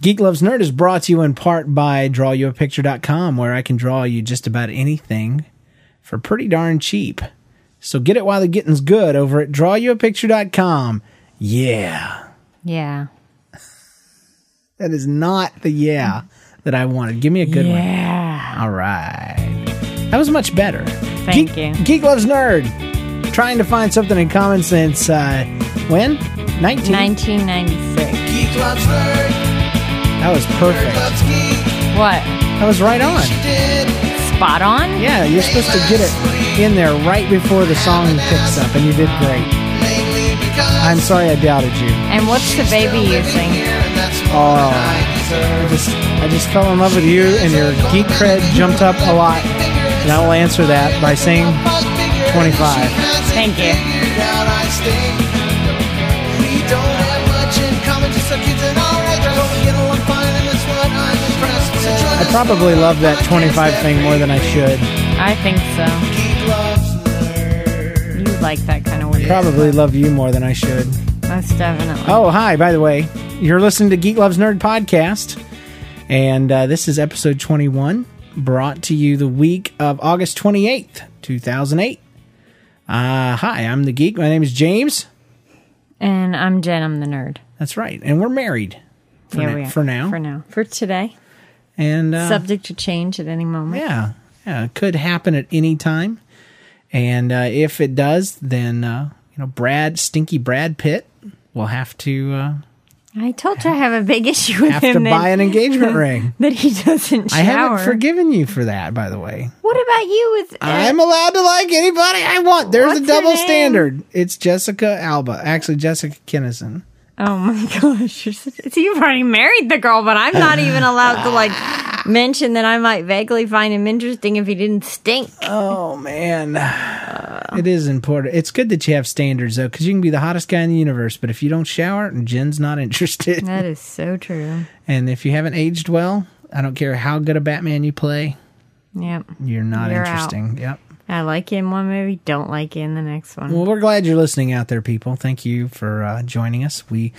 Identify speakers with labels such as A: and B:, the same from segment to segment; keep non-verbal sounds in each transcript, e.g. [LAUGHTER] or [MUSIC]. A: Geek Loves Nerd is brought to you in part by drawyouapicture.com, where I can draw you just about anything for pretty darn cheap. So get it while the getting's good over at drawyouapicture.com. Yeah.
B: Yeah.
A: That is not the yeah that I wanted. Give me a good one.
B: yeah.
A: All right. That was much better.
B: Thank
A: Geek,
B: you.
A: Geek Loves Nerd. Trying to find something in common since uh, when? 19?
B: 1996.
C: Geek loves nerd,
A: That was
C: nerd
A: perfect.
C: loves geek.
B: What?
A: That was right on.
C: She did.
B: Spot on?
A: Yeah, you're supposed to get it in there right before the song picks up, and you did great.
C: Mainly because
A: I'm sorry I doubted you.
B: And what's the baby using?
C: here, and that's more
A: Oh.
C: than I deserve.
A: I just, I just fell in love with you, and your geek cred jumped up a lot. And I will answer that by saying,
C: Fuck figure,
A: 25.
C: and she hasn't
B: Thank you.
C: figured out I stink. We don't have much in common, just like kids and alright. Don't get along fine, and that's what I'm impressed with. So join
A: I
C: us
A: probably
C: for
A: love that
C: podcast
A: 25 thing more than I should.
B: I think so.
C: Geek loves nerd.
B: You like that kind of weird.
A: Probably love you more than I should.
B: Most definitely.
A: Oh, hi, by the way. You're listening to Geek Loves Nerd podcast, and uh, this is episode 21, brought to you the week of August 28th, 2008. Uh, hi, I'm the geek. My name is James.
B: And I'm Jen, I'm the nerd.
A: That's right. And we're married for,
B: yeah,
A: now,
B: we are.
A: for now.
B: For now. For today.
A: And uh,
B: Subject to change at any moment.
A: yeah, yeah, it could happen at any time. And uh, if it does, then uh, you know Brad, stinky Brad Pitt, will have to uh,
B: I told you I have a big issue with [LAUGHS]
A: have to
B: him that,
A: buy an
B: [LAUGHS]
A: engagement ring.
B: that he doesn't shower.
A: I haven't forgiven you for that, by the way.
B: What about you with uh,
A: I'm allowed to like anybody I want. There's
B: What's
A: a
B: her
A: double
B: name?
A: standard. It's Jessica Alba, actually Jessica Kinnison.
B: Oh my [LAUGHS] gosh. You're such- So you've already married the girl, but I'm not even allowed to like
A: [SIGHS]
B: mention that I might vaguely find him interesting if he didn't stink.
A: Oh man, it is important. It's good that you have standards though, because you can be the hottest guy in the universe, but if you don't shower and Jen's not [LAUGHS] interested,
B: That is so true.
A: and if you haven't aged well, I don't care how good a Batman you play,
B: Yep.
A: you're not
B: You're out.
A: interesting. Yep.
B: I like you in one movie, don't like you in the next one.
A: Well, we're glad you're listening out there, people. Thank you for uh, joining us. We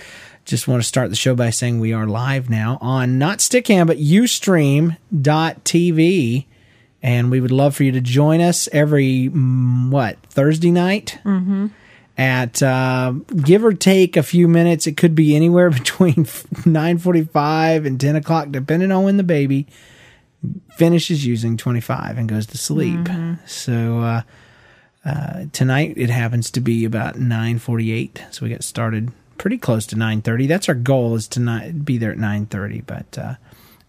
A: just want to start the show by saying we are live now on not Stickham, but Ustream.tv. And we would love for you to join us every, mm, what, Thursday night? Mm-hmm. At uh, give or take a few minutes, it could be anywhere [LAUGHS] between nine forty-five and ten o'clock, depending on when the baby finishes using twenty-five and goes to sleep. So uh, tonight it happens to be about 9:48 so we got started pretty close to 9:30 that's our goal is to not be there at 9:30 but uh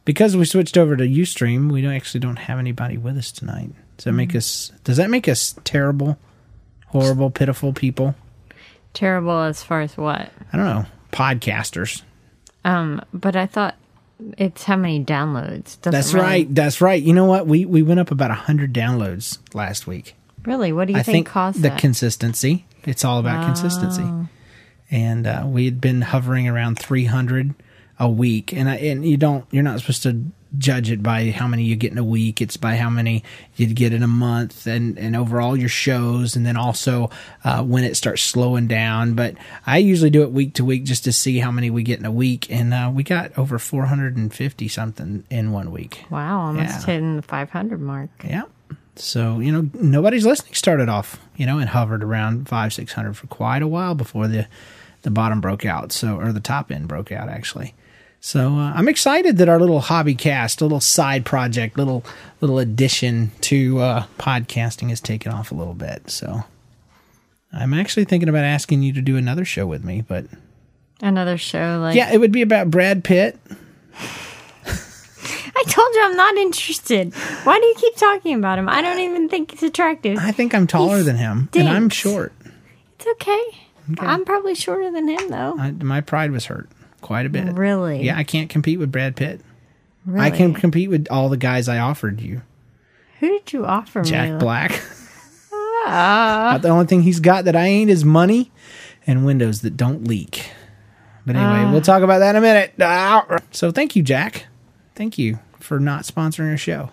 A: because we switched over to Ustream we don't actually don't have anybody with us tonight does that make us does that make us terrible horrible pitiful people
B: Terrible as far as what?
A: I don't know podcasters
B: Um, but I thought it's how many downloads. Doesn't
A: that's
B: really-
A: right that's right you know what we we went up about 100 downloads last week
B: Really, what do you
A: I
B: think,
A: think
B: caused
A: the
B: that? Oh.
A: consistency. It's all about consistency. And uh, we had been hovering around 300 a week, and I, and you don't you're not supposed to judge it by how many you get in a week. It's by how many you'd get in a month, and and overall your shows, and then also uh, when it starts slowing down. But I usually do it week to week just to see how many we get in a week, and uh, we got over 450 something in one week.
B: wow, almost
A: Yeah.
B: hitting the 500 mark.
A: Yeah. So you know, nobody's listening started off, you know, and hovered around five, six hundred for quite a while before the the bottom broke out. So or the top end broke out actually. So uh, I'm excited that our little hobby cast, little side project, little little addition to uh, podcasting has taken off a little bit. So I'm actually thinking about asking you to do another show with me, but
B: Another show like
A: yeah, it would be about Brad Pitt.
B: I told you I'm not interested. Why do you keep talking about him? I don't even think he's attractive.
A: I think I'm taller than him, and I'm
B: stinks.
A: short.
B: It's okay. I'm probably shorter than him though.
A: I, my pride was hurt quite a bit.
B: Really?
A: Yeah, I can't compete with Brad Pitt.
B: really?
A: I can compete with all the guys I offered you.
B: Who did you offer
A: Jack
B: me?
A: Black. [LAUGHS] About the only thing he's got that I ain't is money and windows that don't leak. But anyway, we'll talk about that in a minute. Ah. So thank you, Jack. Thank you for not sponsoring our show.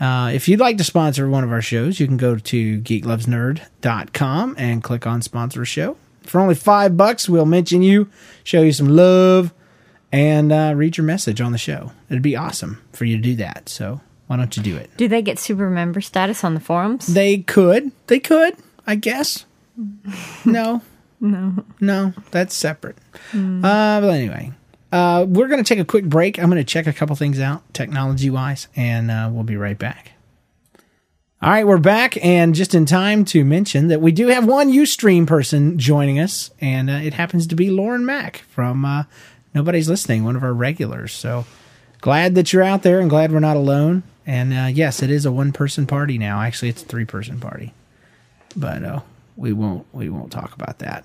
A: Uh, if you'd like to sponsor one of our shows, you can go to geeklovesnerd.com and click on sponsor show. For only five bucks, we'll mention you, show you some love, and uh, read your message on the show. It'd be awesome for you to do that. So why don't you do it?
B: Do they get super member status on the forums?
A: They could. They could, I guess. No. no. No, that's separate. Uh, but anyway, uh, we're going to take a quick break. I'm going to check a couple things out technology wise, and uh, we'll be right back. All right, we're back, and just in time to mention that we do have one Ustream person joining us, and uh, it happens to be Lauren Mack from uh, Nobody's Listening, one of our regulars. So glad that you're out there, and glad we're not alone. And uh, yes, it is a one-person party now. Actually, it's a three-person party, but uh, we won't we won't talk about that.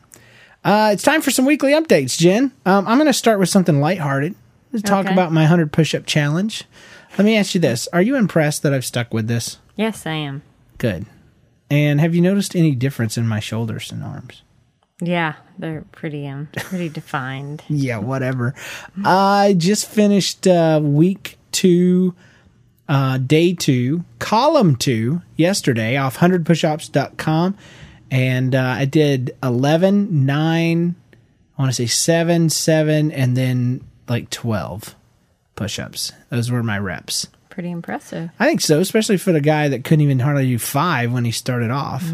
A: Uh, it's time for some weekly updates, Jen. Um, I'm going to start with something lighthearted. Let's talk
B: Okay.
A: about my 100 push-up challenge. Let me ask you this: Are you impressed that I've stuck with this?
B: Yes, I am.
A: Good. And have you noticed any difference in my shoulders and arms?
B: Yeah, they're pretty um pretty defined.
A: Yeah, whatever. I just finished uh, week two, uh, day two, column two yesterday off 100pushups.com. And uh, I did 11, 9, I want to say 7, 7, and then like 12 push ups. Those were my reps.
B: [LAUGHS] Pretty impressive.
A: I think so, especially for the guy that couldn't even hardly do five when he started off.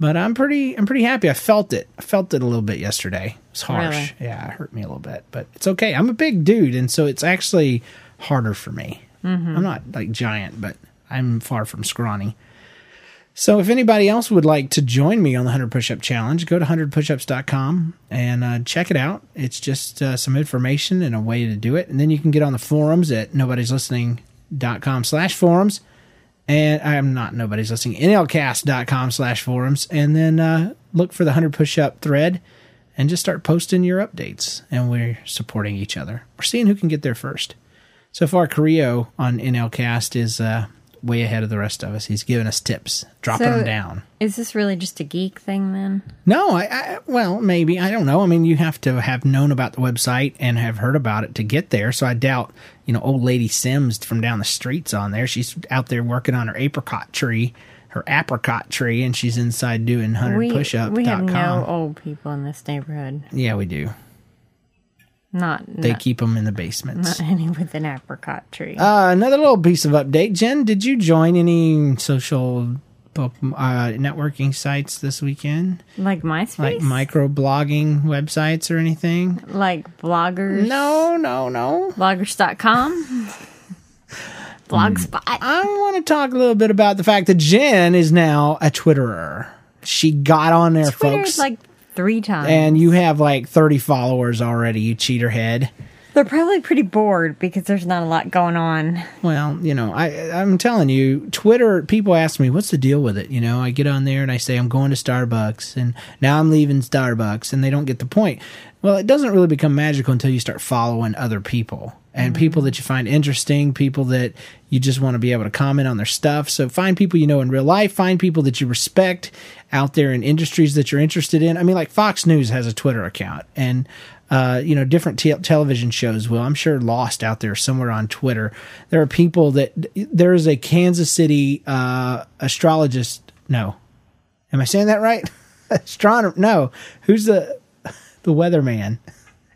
A: But I'm pretty, I'm pretty happy. I felt it. I felt it a little bit yesterday. It's harsh.
B: Really?
A: Yeah, it hurt me a little bit, but it's okay. I'm a big dude, and so it's actually harder for me. I'm not like giant, but I'm far from scrawny. So if anybody else would like to join me on the 100 Push Up Challenge, go to 100pushups.com and uh, check it out. It's just uh, some information and a way to do it. And then you can get on the forums at nobody'slistening.com slash forums. And I'm not nobody's listening, nlcast.com slash forums. And then uh, look for the 100 Push Up thread and just start posting your updates. And we're supporting each other. We're seeing who can get there first. So far, Carrillo on NLCast is uh, way ahead of the rest of us. He's giving us tips, dropping
B: So-
A: them down.
B: Is this really just a geek thing then?
A: No, I, I well, maybe I don't know. I mean, you have to have known about the website and have heard about it to get there. So I doubt, you know, old lady Sims from down the streets on there. She's out there working on her apricot tree, her apricot tree, and she's inside doing hundred
B: We
A: pushup.
B: we
A: dot
B: have no
A: com.
B: old people in this neighborhood.
A: Yeah, we do.
B: Not
A: They
B: not,
A: keep them in the basements.
B: [LAUGHS] not any with an apricot tree.
A: Uh, another little piece of update, Jen. Did you join any social uh, networking sites this weekend,
B: like MySpace?
A: like microblogging websites or anything?
B: Like bloggers?
A: No, no, no. [LAUGHS]
B: Bloggers.com? Blogspot.
A: I want to talk a little bit about the fact that Jen is now a Twitterer. She got on there,
B: Twitter's
A: folks.
B: like three times.
A: and you have like 30 followers already, you cheater head.
B: They're probably pretty bored because there's not a lot going on.
A: Well, you know, I I'm telling you, Twitter people ask me, "What's the deal with it?" You know, I get on there and I say I'm going to Starbucks and now I'm leaving Starbucks and they don't get the point. Well, it doesn't really become magical until you start following other people and people that you find interesting, people that you just want to be able to comment on their stuff. So find people you know in real life, find people that you respect out there in industries that you're interested in. I mean, like Fox News has a Twitter account and uh, you know, different te- television shows will. I'm sure Lost out there somewhere on Twitter. There are people that there is a Kansas City uh, astrologist. No, am I saying that right? [LAUGHS] Astronomer. No, who's the the weatherman?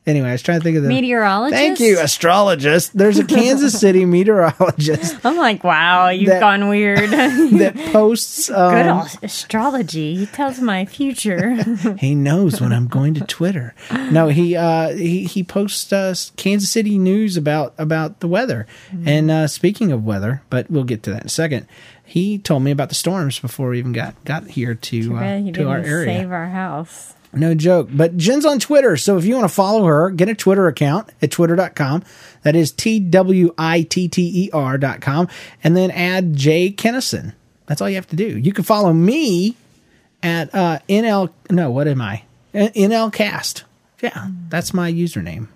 A: Anyway, I was trying to think of the
B: Meteorologist?
A: Thank you, astrologist. There's a Kansas City meteorologist [LAUGHS]
B: I'm like, wow, you've
A: That-
B: gone weird. [LAUGHS] Good
A: that posts. Um,
B: old astrology. He tells my future.
A: [LAUGHS] he knows when I'm going to Twitter. No, he uh, he he posts uh, Kansas City news about about the weather.
B: Mm-hmm.
A: And uh, speaking of weather, but we'll get to that in a second. He told me about the storms before we even got got here to
B: Well,
A: uh,
B: he
A: to our
B: didn't
A: area.
B: save our house.
A: No joke. But Jen's on Twitter. So if you want to follow her, get a Twitter account at twitter.com. That is T W I T T E R.com. And then add Jay Kennison. That's all you have to do. You can follow me at uh, NL. No, what am I? N- NLCast. Yeah, that's my username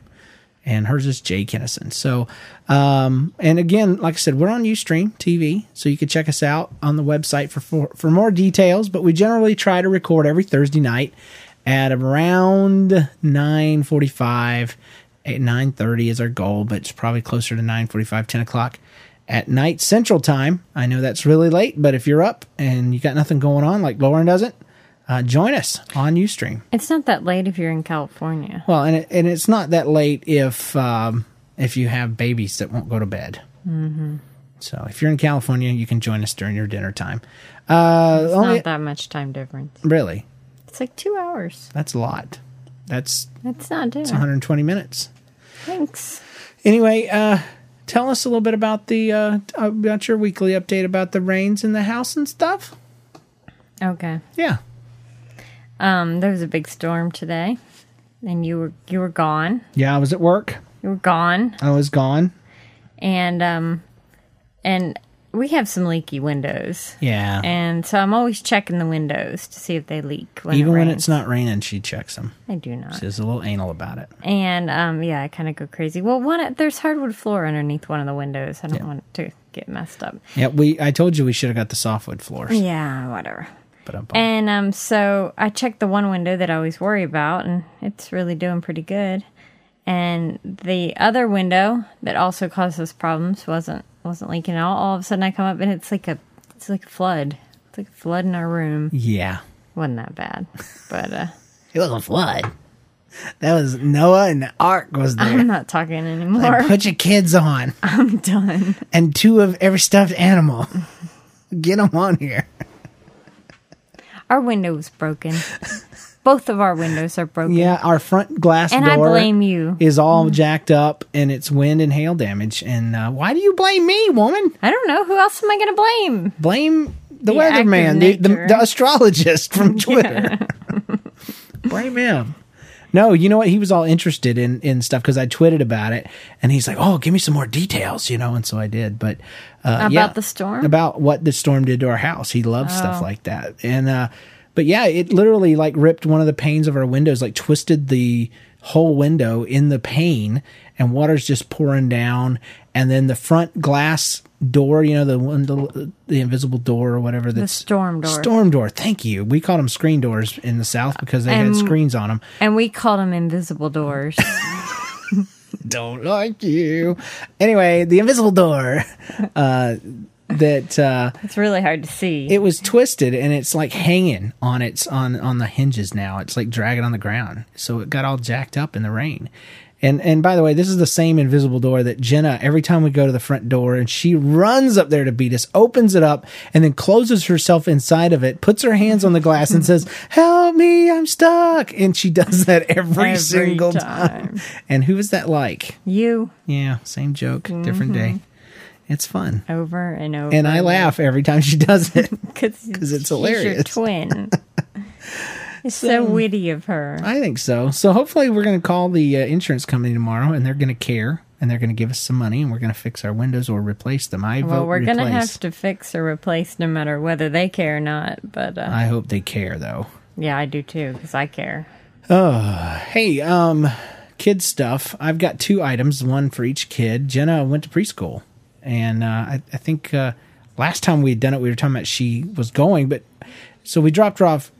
A: and hers is Jay Kennison. So, um, and again, like I said, we're on Ustream TV, so you can check us out on the website for, for for more details. But we generally try to record every Thursday night at around nine forty five. At nine thirty is our goal, but it's probably closer to 9:45, 10 o'clock at night Central Time. I know that's really late, but if you're up and you got nothing going on, like Lauren doesn't, uh, join us on Ustream.
B: It's not that late if you're in California.
A: Well, and it, and it's not that late if um, if you have babies that won't go to bed. Mm-hmm. So if you're in California, you can join us during your dinner time. Uh,
B: It's
A: only-
B: not that much time difference.
A: really,
B: It's like two hours.
A: that's a lot. That's
B: That's not different.
A: 120 minutes.
B: Thanks.
A: Anyway, uh, tell us a little bit about the uh, about your weekly update about the rains in the house and stuff.
B: Okay.
A: Yeah,
B: Um, there was a big storm today, and you were you were gone.
A: yeah. I was at work.
B: You were gone,
A: I was gone.
B: and um, and we have some leaky windows,
A: Yeah.
B: and so I'm always checking the windows to see if they leak. When
A: Even
B: it
A: when
B: rains.
A: it's not raining, she checks them.
B: I do not.
A: She's a little anal about it.
B: And um, yeah, I kind of go crazy. Well, one there's hardwood floor underneath one of the windows. I don't want it to get messed up.
A: Yeah, we. I told you we should have got the softwood floors.
B: Yeah, whatever.
A: But I'm bummed.
B: And um, so I checked the one window that I always worry about, and it's really doing pretty good. And the other window that also causes problems wasn't wasn't leaking at all. All of a sudden, I come up and it's like a it's like a flood. It's like a flood in our room.
A: yeah,
B: wasn't that bad, but uh, [LAUGHS]
A: it was a flood. That was Noah and the Ark was there.
B: [LAUGHS] I'm not talking anymore.
A: Like, put your kids on
B: I'm done.
A: and two of every stuffed animal. [LAUGHS] Get them on here.
B: Our window was broken. Both of our windows are broken.
A: Yeah, our front glass
B: And I
A: door
B: blame you.
A: is all jacked up, and it's wind and hail damage. And uh, why do you blame me, woman?
B: I don't know who else am I going to blame.
A: Blame the,
B: The act of
A: weatherman, the, the,
B: nature.
A: the astrologist from Twitter. [LAUGHS] blame him. No, you know what? He was all interested in in stuff because I twitted about it, and he's like, "Oh, give me some more details," you know. And so I did, but uh,
B: About
A: yeah,
B: the storm? Oh.
A: about what the storm did to our house. He loves stuff like that, and uh, but yeah, it literally like ripped one of the panes of our windows, like twisted the whole window in the pane, and water's just pouring down, and then the front glass door, you know, the one the, the invisible door or whatever that's
B: storm door.
A: storm door. Thank you. We called them screen doors in the south because they had
B: And-
A: screens on them.
B: And we called them invisible doors.
A: don't like you. Anyway, the invisible door uh, that uh,
B: it's really hard to see.
A: it was twisted and it's like hanging on its on on the hinges now. It's like dragging on the ground. So it got all jacked up in the rain. And and by the way, this is the same invisible door that Jenna every time we go to the front door and she runs up there to beat us, opens it up and then closes herself inside of it, puts her hands on the glass and says, "Help me, I'm stuck." And she does that every,
B: Every
A: single time.
B: time.
A: And who is that like?
B: you
A: Yeah, same joke, different day.
B: Mm-hmm.
A: It's fun.
B: over and over.
A: And I laugh every time she does
B: [LAUGHS]
A: it.
B: because
A: it's hilarious.
B: Your
A: [LAUGHS]
B: twin. it's so, witty of her.
A: I think so. So hopefully we're going to call the uh, insurance company tomorrow and they're going to care and they're going to give us some money and we're going to fix our windows or replace them. I
B: well,
A: vote
B: we're
A: replace.
B: gonna have to fix or replace no matter whether they care or not. But uh,
A: I hope they care though.
B: yeah, I do too because I care.
A: Hey, um kid stuff. I've got two items, one for each kid. Jenna went to preschool. And uh, I, I think uh, last time we had done it, we were talking about she was going, but so we dropped her off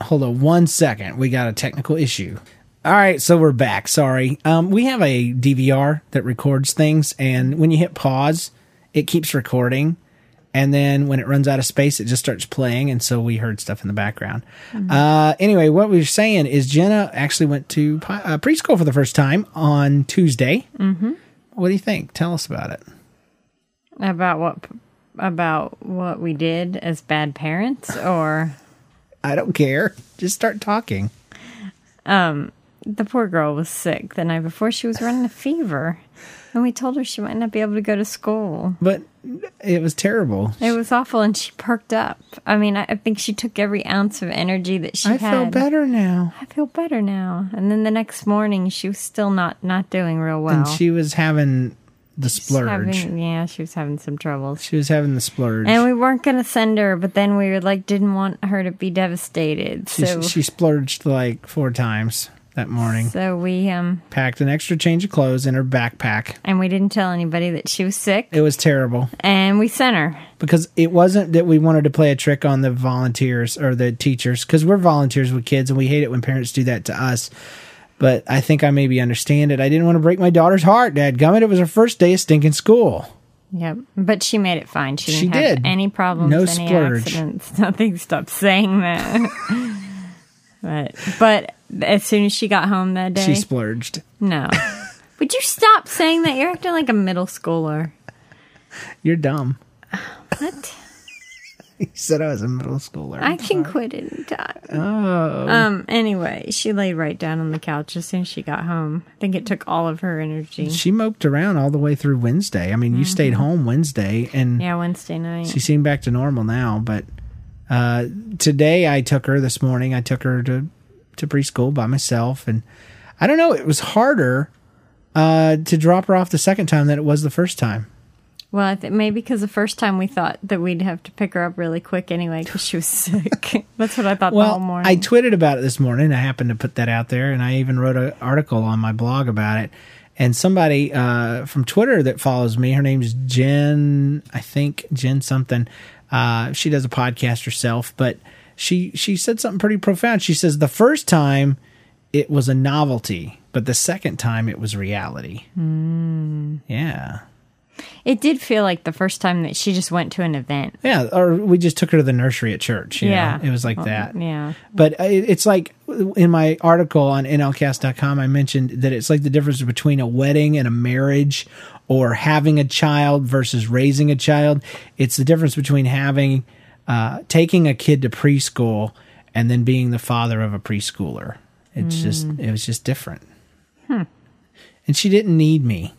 A: hold on one second. We got a technical issue. All right, so we're back. Sorry. Um, we have a DVR that records things, and when you hit pause, it keeps recording. And then when it runs out of space, it just starts playing. And so we heard stuff in the background. Uh, anyway, what we were saying is Jenna actually went to pi- uh, preschool for the first time on Tuesday. Mm-hmm. What do you think? Tell us about it.
B: About what? About what we did as bad parents,
A: [LAUGHS]
B: or
A: I don't care. Just start talking.
B: the poor girl was sick the night before. She was running a fever, and we told her she might not be able to go to school.
A: But it was terrible.
B: It was awful, and she perked up. I mean, I, I think she took every ounce of energy that she
A: I
B: had.
A: feel better now.
B: I feel better now. And then the next morning, she was still not not doing real well.
A: and she was having the
B: She was
A: splurge.
B: having- yeah, she was having some troubles.
A: she was having the splurge.
B: And we weren't gonna send her, but then we were like, didn't want her to be devastated.
A: she,
B: So,
A: she splurged like four times that morning.
B: so we um,
A: Packed an extra change of clothes in her backpack.
B: and we didn't tell anybody that she was sick,
A: It was terrible
B: and we sent her.
A: because it wasn't that we wanted to play a trick on the volunteers or the teachers because we're volunteers with kids and we hate it when parents do that to us. But I think I maybe understand it. I didn't want to break my daughter's heart, Dad. Gummit, it was her first day of stinking school.
B: Yep, but she made it fine. She didn't
A: She
B: have
A: did.
B: any problems,
A: No
B: any [LAUGHS]
A: splurge.
B: accidents, nothing. Stop saying that. [LAUGHS] But but as soon as she got home that day,
A: She splurged. [LAUGHS]
B: no. Would you stop saying that? You're acting like a middle schooler.
A: You're dumb. [LAUGHS]
B: What?
A: You said I was a middle schooler.
B: I can quit anytime. Oh. Um. Anyway, she laid right down on the couch as soon as she got home. I think it took all of her energy.
A: she moped around all the way through Wednesday. I mean, you stayed home Wednesday, and
B: Yeah, Wednesday night.
A: she seemed back to normal now. But uh, today, I took her this morning. I took her to to preschool by myself, and I don't know. It was harder uh, to drop her off the second time than it was the first time.
B: Well, I th- maybe because the first time we thought that we'd have to pick her up really quick anyway because she was [LAUGHS] sick. That's what I thought the whole
A: Well,
B: morning.
A: I tweeted about it this morning. I happened to put that out there, and I even wrote an article on my blog about it. And somebody uh, from Twitter that follows me, her name's Jen, I think Jen something. Uh, she does a podcast herself, but she she said something pretty profound. She says the first time it was a novelty, but the second time it was reality.
B: Hmm.
A: Yeah.
B: it did feel like the first time that she just went to an event.
A: Yeah, or we just took her to the nursery at church. you know?
B: Yeah.
A: it was like
B: Well,
A: that.
B: yeah.
A: but it- it's like in my article on NLCast.com, I mentioned that it's like the difference between a wedding and a marriage, or having a child versus raising a child. It's the difference between having uh, taking a kid to preschool and then being the father of a preschooler. It's just it was just different. And she didn't need me.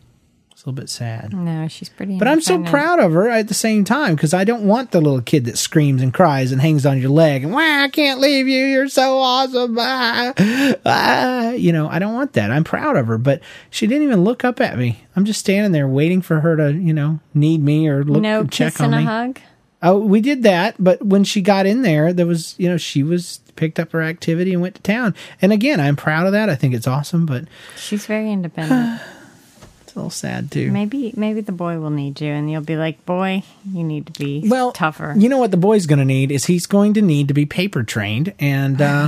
A: It's a little bit sad.
B: No, she's pretty.
A: But I'm so
B: independent.
A: proud of her at the same time because I don't want the little kid that screams and cries and hangs on your leg and, wow, I can't leave you. You're so awesome. Ah, ah." You know, I don't want that. I'm proud of her, but she didn't even look up at me. I'm just standing there waiting for her to, you know, need me or look
B: No
A: check
B: kiss
A: on
B: and a
A: me.
B: hug.
A: Oh, we did that, but when she got in there, there was, you know, she was picked up her activity and went to town. And again, I'm proud of that. I think it's awesome, but
B: She's very independent.
A: it's a little sad too.
B: maybe maybe the boy will need you, and you'll be like, "Boy, you need to be
A: well
B: tougher."
A: You know what the boy's going to need is he's going to need to be paper trained, and uh,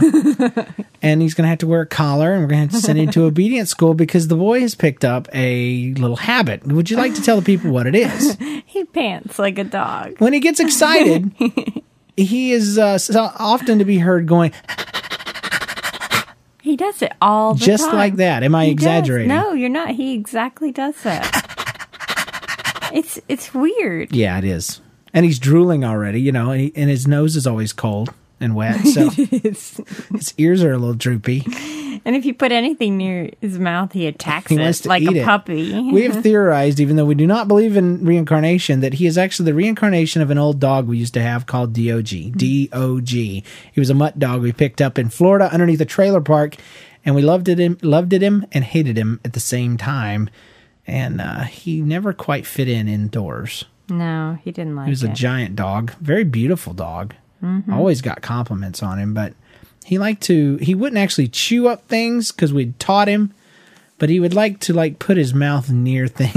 B: [LAUGHS]
A: and he's going to have to wear a collar, and we're going to have to send him
B: [LAUGHS]
A: to obedience school because the boy has picked up a little habit. Would you like to tell the people what it
B: [LAUGHS]
A: is?
B: he pants like a dog.
A: When he gets
B: [LAUGHS]
A: excited, he is uh, so often to be heard going
B: He does it all the
A: just
B: time.
A: like that. Am I
B: He does.
A: exaggerating?
B: No, you're not. He exactly does
A: [LAUGHS]
B: that. it's it's weird.
A: Yeah, it is. And he's drooling already, you know, and, he, and his nose is always cold and wet, so
B: [LAUGHS]
A: his ears are a little droopy.
B: And if you put anything near his mouth, he attacks
A: He
B: it
A: wants to
B: like
A: eat
B: a
A: it.
B: puppy.
A: we
B: [LAUGHS]
A: have theorized, even though we do not believe in reincarnation, that he is actually the reincarnation of an old dog we used to have called Dog.
B: Hmm.
A: Dog. He was a mutt dog we picked up in Florida underneath a trailer park, and we loved it him, loved it him, and hated him at the same time. And uh, he never quite fit in indoors.
B: no, he didn't like
A: He was
B: it.
A: a giant dog, very beautiful dog.
B: Mm-hmm.
A: Always got compliments on him, but he liked to. He wouldn't actually chew up things because we'd taught him, but he would like to like put his mouth near [LAUGHS]
B: [LAUGHS]
A: things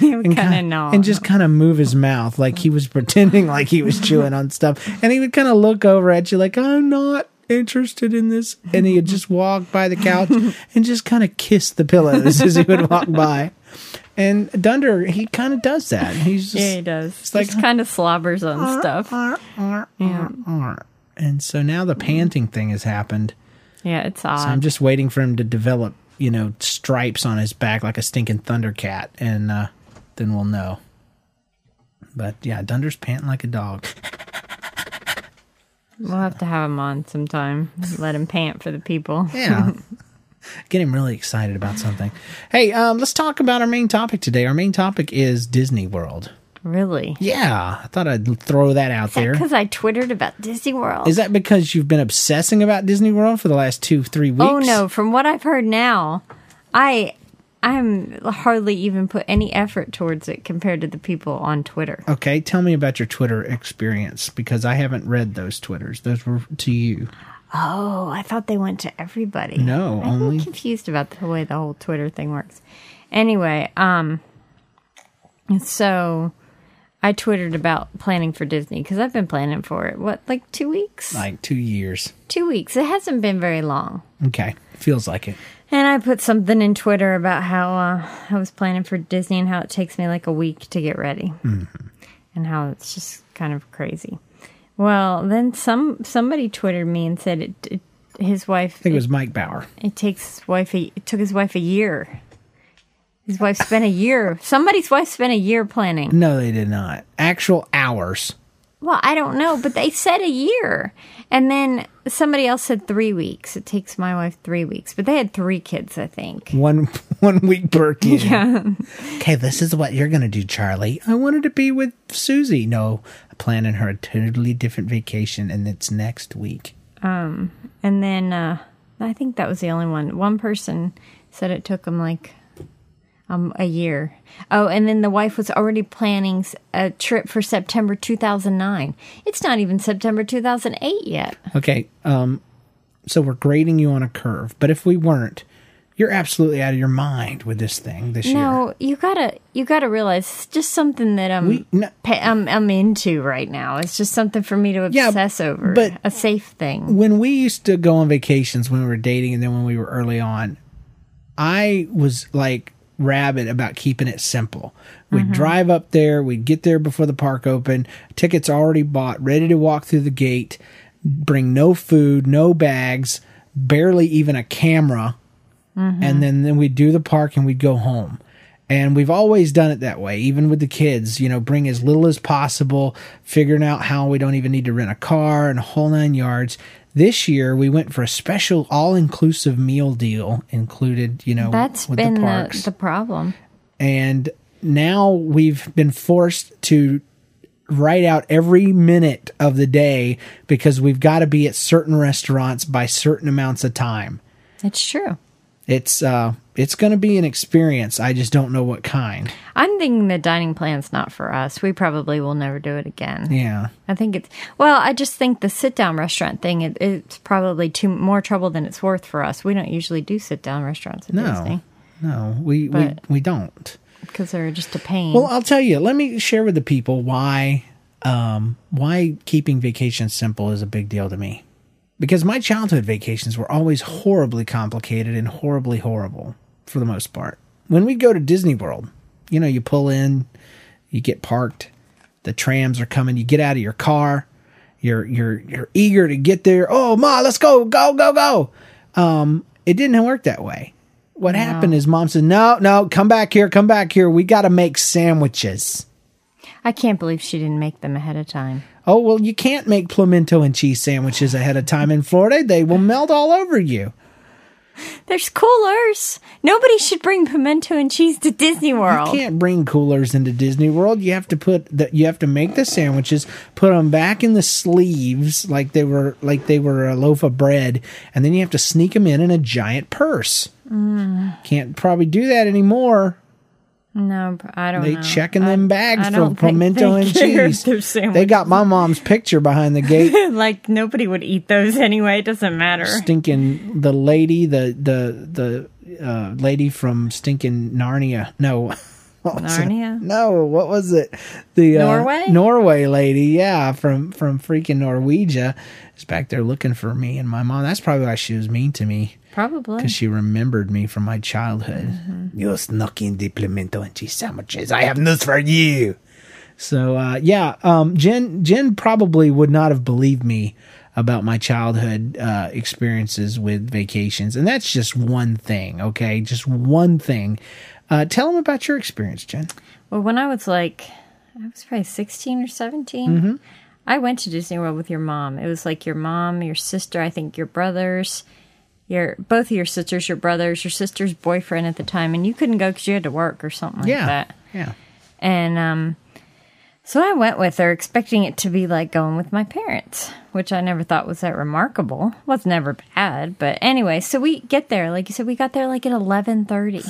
A: and
B: kinda
A: kin-
B: gnaw
A: and just kind of move his mouth like he was [LAUGHS] pretending like he was chewing on stuff, and he would kind of look over at you like I'm not interested in this, and he'd just walk by the
B: [LAUGHS]
A: couch and just kind of kiss the pillows as he would walk by. And Dunder, he kind of does that. He's just,
B: yeah, he does. It's
A: like-
B: like kind of slobbers
A: [LAUGHS]
B: on stuff.
A: And so now the panting thing has happened.
B: Yeah, it's odd.
A: I'm just waiting for him to develop, you know, stripes on his back like a stinking thundercat, and uh, then we'll know. But yeah, Dunder's panting like a dog.
B: we'll have to have him on sometime. Let him pant for the people.
A: Yeah. [LAUGHS] Getting really excited about something. Hey, um, let's talk about our main topic today. Our main topic is Disney World.
B: Really?
A: Yeah, I thought I'd throw that out there.
B: Because I twittered about Disney World.
A: Is that because you've been obsessing about Disney World for the last two, three weeks?
B: Oh no! From what I've heard now, I I'm hardly even put any effort towards it compared to the people on Twitter.
A: Okay, tell me about your Twitter experience because I haven't read those Twitters. Those were to you.
B: Oh, I thought they went to everybody.
A: No,
B: I'm
A: only-
B: confused about the way the whole Twitter thing works. Anyway, um, so I twittered about planning for Disney because I've been planning for it. What, like two weeks?
A: Like two years.
B: two weeks. It hasn't been very long.
A: Okay, feels like it.
B: And I put something in Twitter about how uh, I was planning for Disney and how it takes me like a week to get ready,
A: Mm-hmm.
B: and how it's just kind of crazy. Well, then some somebody twittered me and said it, it his wife.
A: think it was Mike Bauer.
B: It takes his wife. A, it took his wife a year. His wife spent a year. Somebody's wife spent a year planning.
A: No, they did not. Actual hours.
B: Well, I don't know, but they said a year, and then somebody else said three weeks. It takes my wife three weeks, but they had three kids, I think.
A: One [LAUGHS] one week per kid. Okay, this is what you're gonna do, Charlie. I wanted to be with Susie. No, I'm planning her a totally different vacation, and it's next week.
B: And then uh, I think that was the only one. One person said it took him like um, a year. Oh, and then the wife was already planning s- a trip for September 2009. It's not even September 2008 yet.
A: Okay, um, so we're grading you on a curve, but if we weren't, you're absolutely out of your mind with this thing this year.
B: No, you gotta you gotta realize it's just something that I'm
A: We- no-
B: pa- I'm, I'm into right now. It's just something for me to
A: Yeah,
B: obsess over.
A: but-
B: a safe thing.
A: When we used to go on vacations when we were dating, and then when we were early on, I was like rabid about keeping it simple. We'd drive up there, we'd get there before the park opened, tickets already bought, ready to walk through the gate, bring no food, no bags, barely even a camera.
B: Mm-hmm.
A: And then, then we'd do the park and we'd go home. And we've always done it that way, even with the kids, you know, bring as little as possible, figuring out how we don't even need to rent a car and a whole nine yards. This year, we went for a special all inclusive meal deal, included, you know,
B: That's
A: with
B: been
A: the
B: the,
A: parks
B: the, problem.
A: and now we've been forced to write out every minute of the day because we've got to be at certain restaurants by certain amounts of time.
B: It's true.
A: It's uh it's going to be an experience. I just don't know what kind.
B: I'm thinking the dining plan's not for us. We probably will never do it again.
A: Yeah.
B: I think it's well. I just think the sit down restaurant thing. It, it's probably too more trouble than it's worth for us. We don't usually do sit down restaurants at
A: No. No, we we,
B: But-
A: we don't.
B: because they're just a pain.
A: Well, I'll tell you. Let me share with the people why um, why keeping vacations simple is a big deal to me. Because my childhood vacations were always horribly complicated and horribly horrible for the most part. When we'd go to Disney World, you know, you pull in, you get parked, the trams are coming, you get out of your car, you're you're you're eager to get there. Oh ma, let's go, go, go, go. Um, it didn't work that way. What happened is mom said, No, no, come back here, come back here. We gotta make sandwiches.
B: I can't believe she didn't make them ahead of time.
A: Oh, well, you can't make pimento and cheese sandwiches ahead of time in Florida. They will melt all over you.
B: There's coolers. Nobody should bring pimento and cheese to Disney World.
A: You can't bring coolers into Disney World. You have to put the, you have to make the sandwiches, put them back in the sleeves like they were like they were a loaf of bread, and then you have to sneak them in in a giant purse.
B: Mm.
A: Can't probably do that anymore.
B: No, I don't.
A: They
B: know.
A: checking them bags
B: I
A: for
B: don't think
A: pimento
B: they
A: and
B: [LAUGHS] care if
A: cheese.
B: they're
A: They
B: sandwiches.
A: got my mom's picture behind the gate
B: like nobody would eat those anyway. It doesn't matter.
A: stinking the lady the the the uh, lady from stinking Narnia. No. [LAUGHS] What was it?
B: Narnia?
A: No, what was it? The uh,
B: Norway?
A: Norway lady, yeah, from from freaking Norwegia, is back there looking for me and my mom. That's probably why she was mean to me
B: Probably.
A: because she remembered me from my childhood.
B: Mm-hmm.
A: You snuck in the pimento and cheese sandwiches. I have news for you. So uh, yeah, um, Jen Jen probably would not have believed me about my childhood uh, experiences with vacations, and that's just one thing. Okay, just one thing. Uh, tell them about your experience, Jen.
B: Well, when I was like, I was probably 16 or 17, I went to Disney World with your mom. It was like your mom, your sister, I think your brothers, your both of your sisters, your brothers, your sister's boyfriend at the time, and you couldn't go because you had to work or something like
A: Yeah,
B: that.
A: yeah.
B: And um, so I went with her, expecting it to be like going with my parents, which I never thought was that remarkable. Was never bad, but anyway. So we get there, like you said, we got there like at eleven thirty.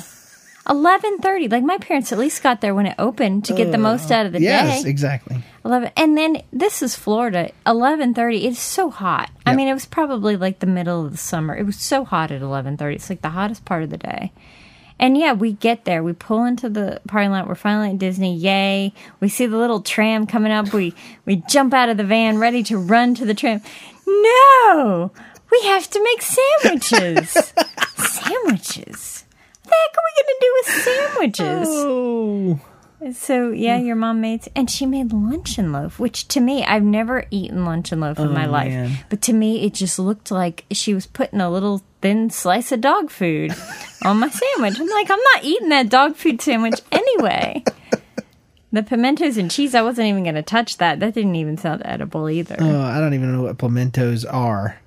B: Eleven thirty. Like my parents at least got there when it opened to get the most out of the
A: Yes,
B: day.
A: exactly.
B: Eleven, and then this is Florida. Eleven thirty. It's so hot. I
A: Yep.
B: mean, it was probably like the middle of the summer. It was so hot at eleven thirty. It's like the hottest part of the day. And yeah, we get there. We pull into the parking lot. We're finally at Disney. Yay! We see the little tram coming up. We we jump out of the van, ready to run to the tram. No, we have to make sandwiches. sandwiches. What the heck are we gonna do with sandwiches?
A: Oh,
B: So yeah, your mom made and she made luncheon loaf, which to me I've never eaten luncheon loaf in my life.
A: man.
B: But to me it just looked like she was putting a little thin slice of dog food on my sandwich. I'm like, I'm not eating that dog food sandwich anyway. the pimentos and cheese, I wasn't even gonna touch that. That didn't even sound edible either.
A: Oh, I don't even know what pimentos are.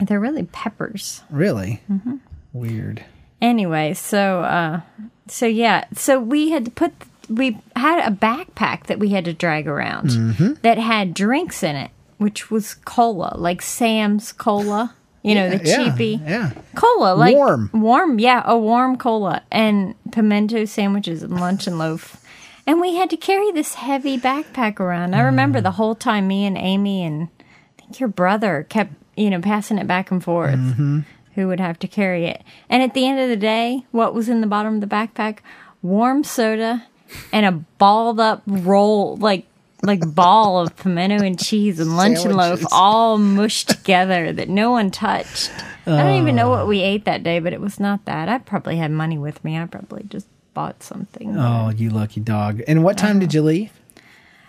B: They're really peppers.
A: Really? Mm-hmm. Weird.
B: Anyway, so uh so yeah, so we had to put we had a backpack that we had to drag around
A: Mm-hmm.
B: that had drinks in it, which was cola, like Sam's cola, you know, the
A: yeah,
B: cheapy
A: yeah.
B: cola, like
A: Warm.
B: warm, yeah, a warm cola and pimento sandwiches and luncheon loaf. And we had to carry this heavy backpack around. I
A: Mm.
B: remember the whole time me and Amy and I think your brother kept, you know, passing it back and forth who would have to carry it. And at the end of the day, what was in the bottom of the backpack? Warm soda and a balled up roll, like like ball of pimento and cheese and luncheon loaf,
A: Sandwiches.
B: all mushed together that no one touched. I don't even know what we ate that day, but it was not that. I probably had money with me. I probably just bought something.
A: Oh, you lucky dog. And what
B: Uh-huh.
A: time did you leave?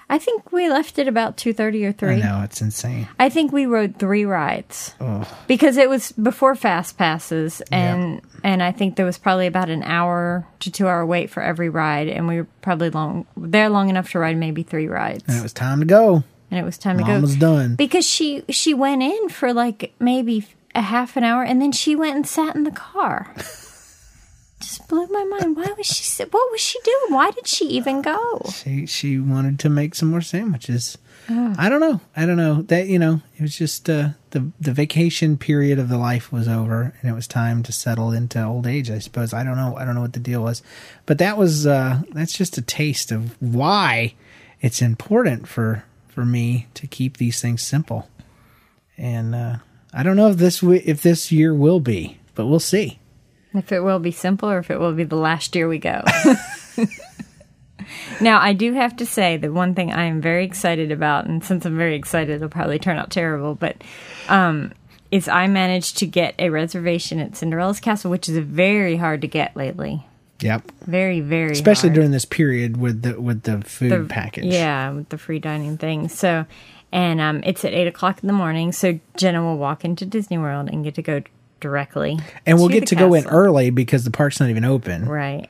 B: I think we left at about two thirty or
A: I
B: three.
A: know, it's insane.
B: I think we rode three rides because it was before fast passes, and and I think there was probably about an hour to two hour wait for every ride, and we were probably long there long enough to ride maybe three rides,
A: And it was time to go.
B: and it was time to
A: Mom
B: go
A: was done.
B: because she she went in for like maybe a half an hour, and then she went and sat in the car. Just blew my mind. Why was she? sit- What was she doing? Why did she even go?
A: She she wanted to make some more sandwiches. I don't know. I don't know. That you know, it was just uh, the the vacation period of the life was over, and it was time to settle into old age. I suppose. I don't know. I don't know what the deal was, but that was uh, that's just a taste of why it's important for for me to keep these things simple. And uh, I don't know if this wi- if this year will be, but we'll see.
B: If it will be simple or if it will be the last year we go. [LAUGHS] now, I do have to say that one thing I am very excited about, and since I'm very excited, it'll probably turn out terrible, but um, is I managed to get a reservation at Cinderella's Castle, which is very hard to get lately.
A: Yep.
B: Very, very
A: Especially
B: hard.
A: during this period with the with the food
B: the-
A: package.
B: Yeah, with the free dining thing. So, and um, it's at eight o'clock in the morning. So Jenna will walk into Disney World and get to go directly.
A: And we'll get to
B: the
A: go in
B: castle.
A: early because the park's not even open.
B: Right.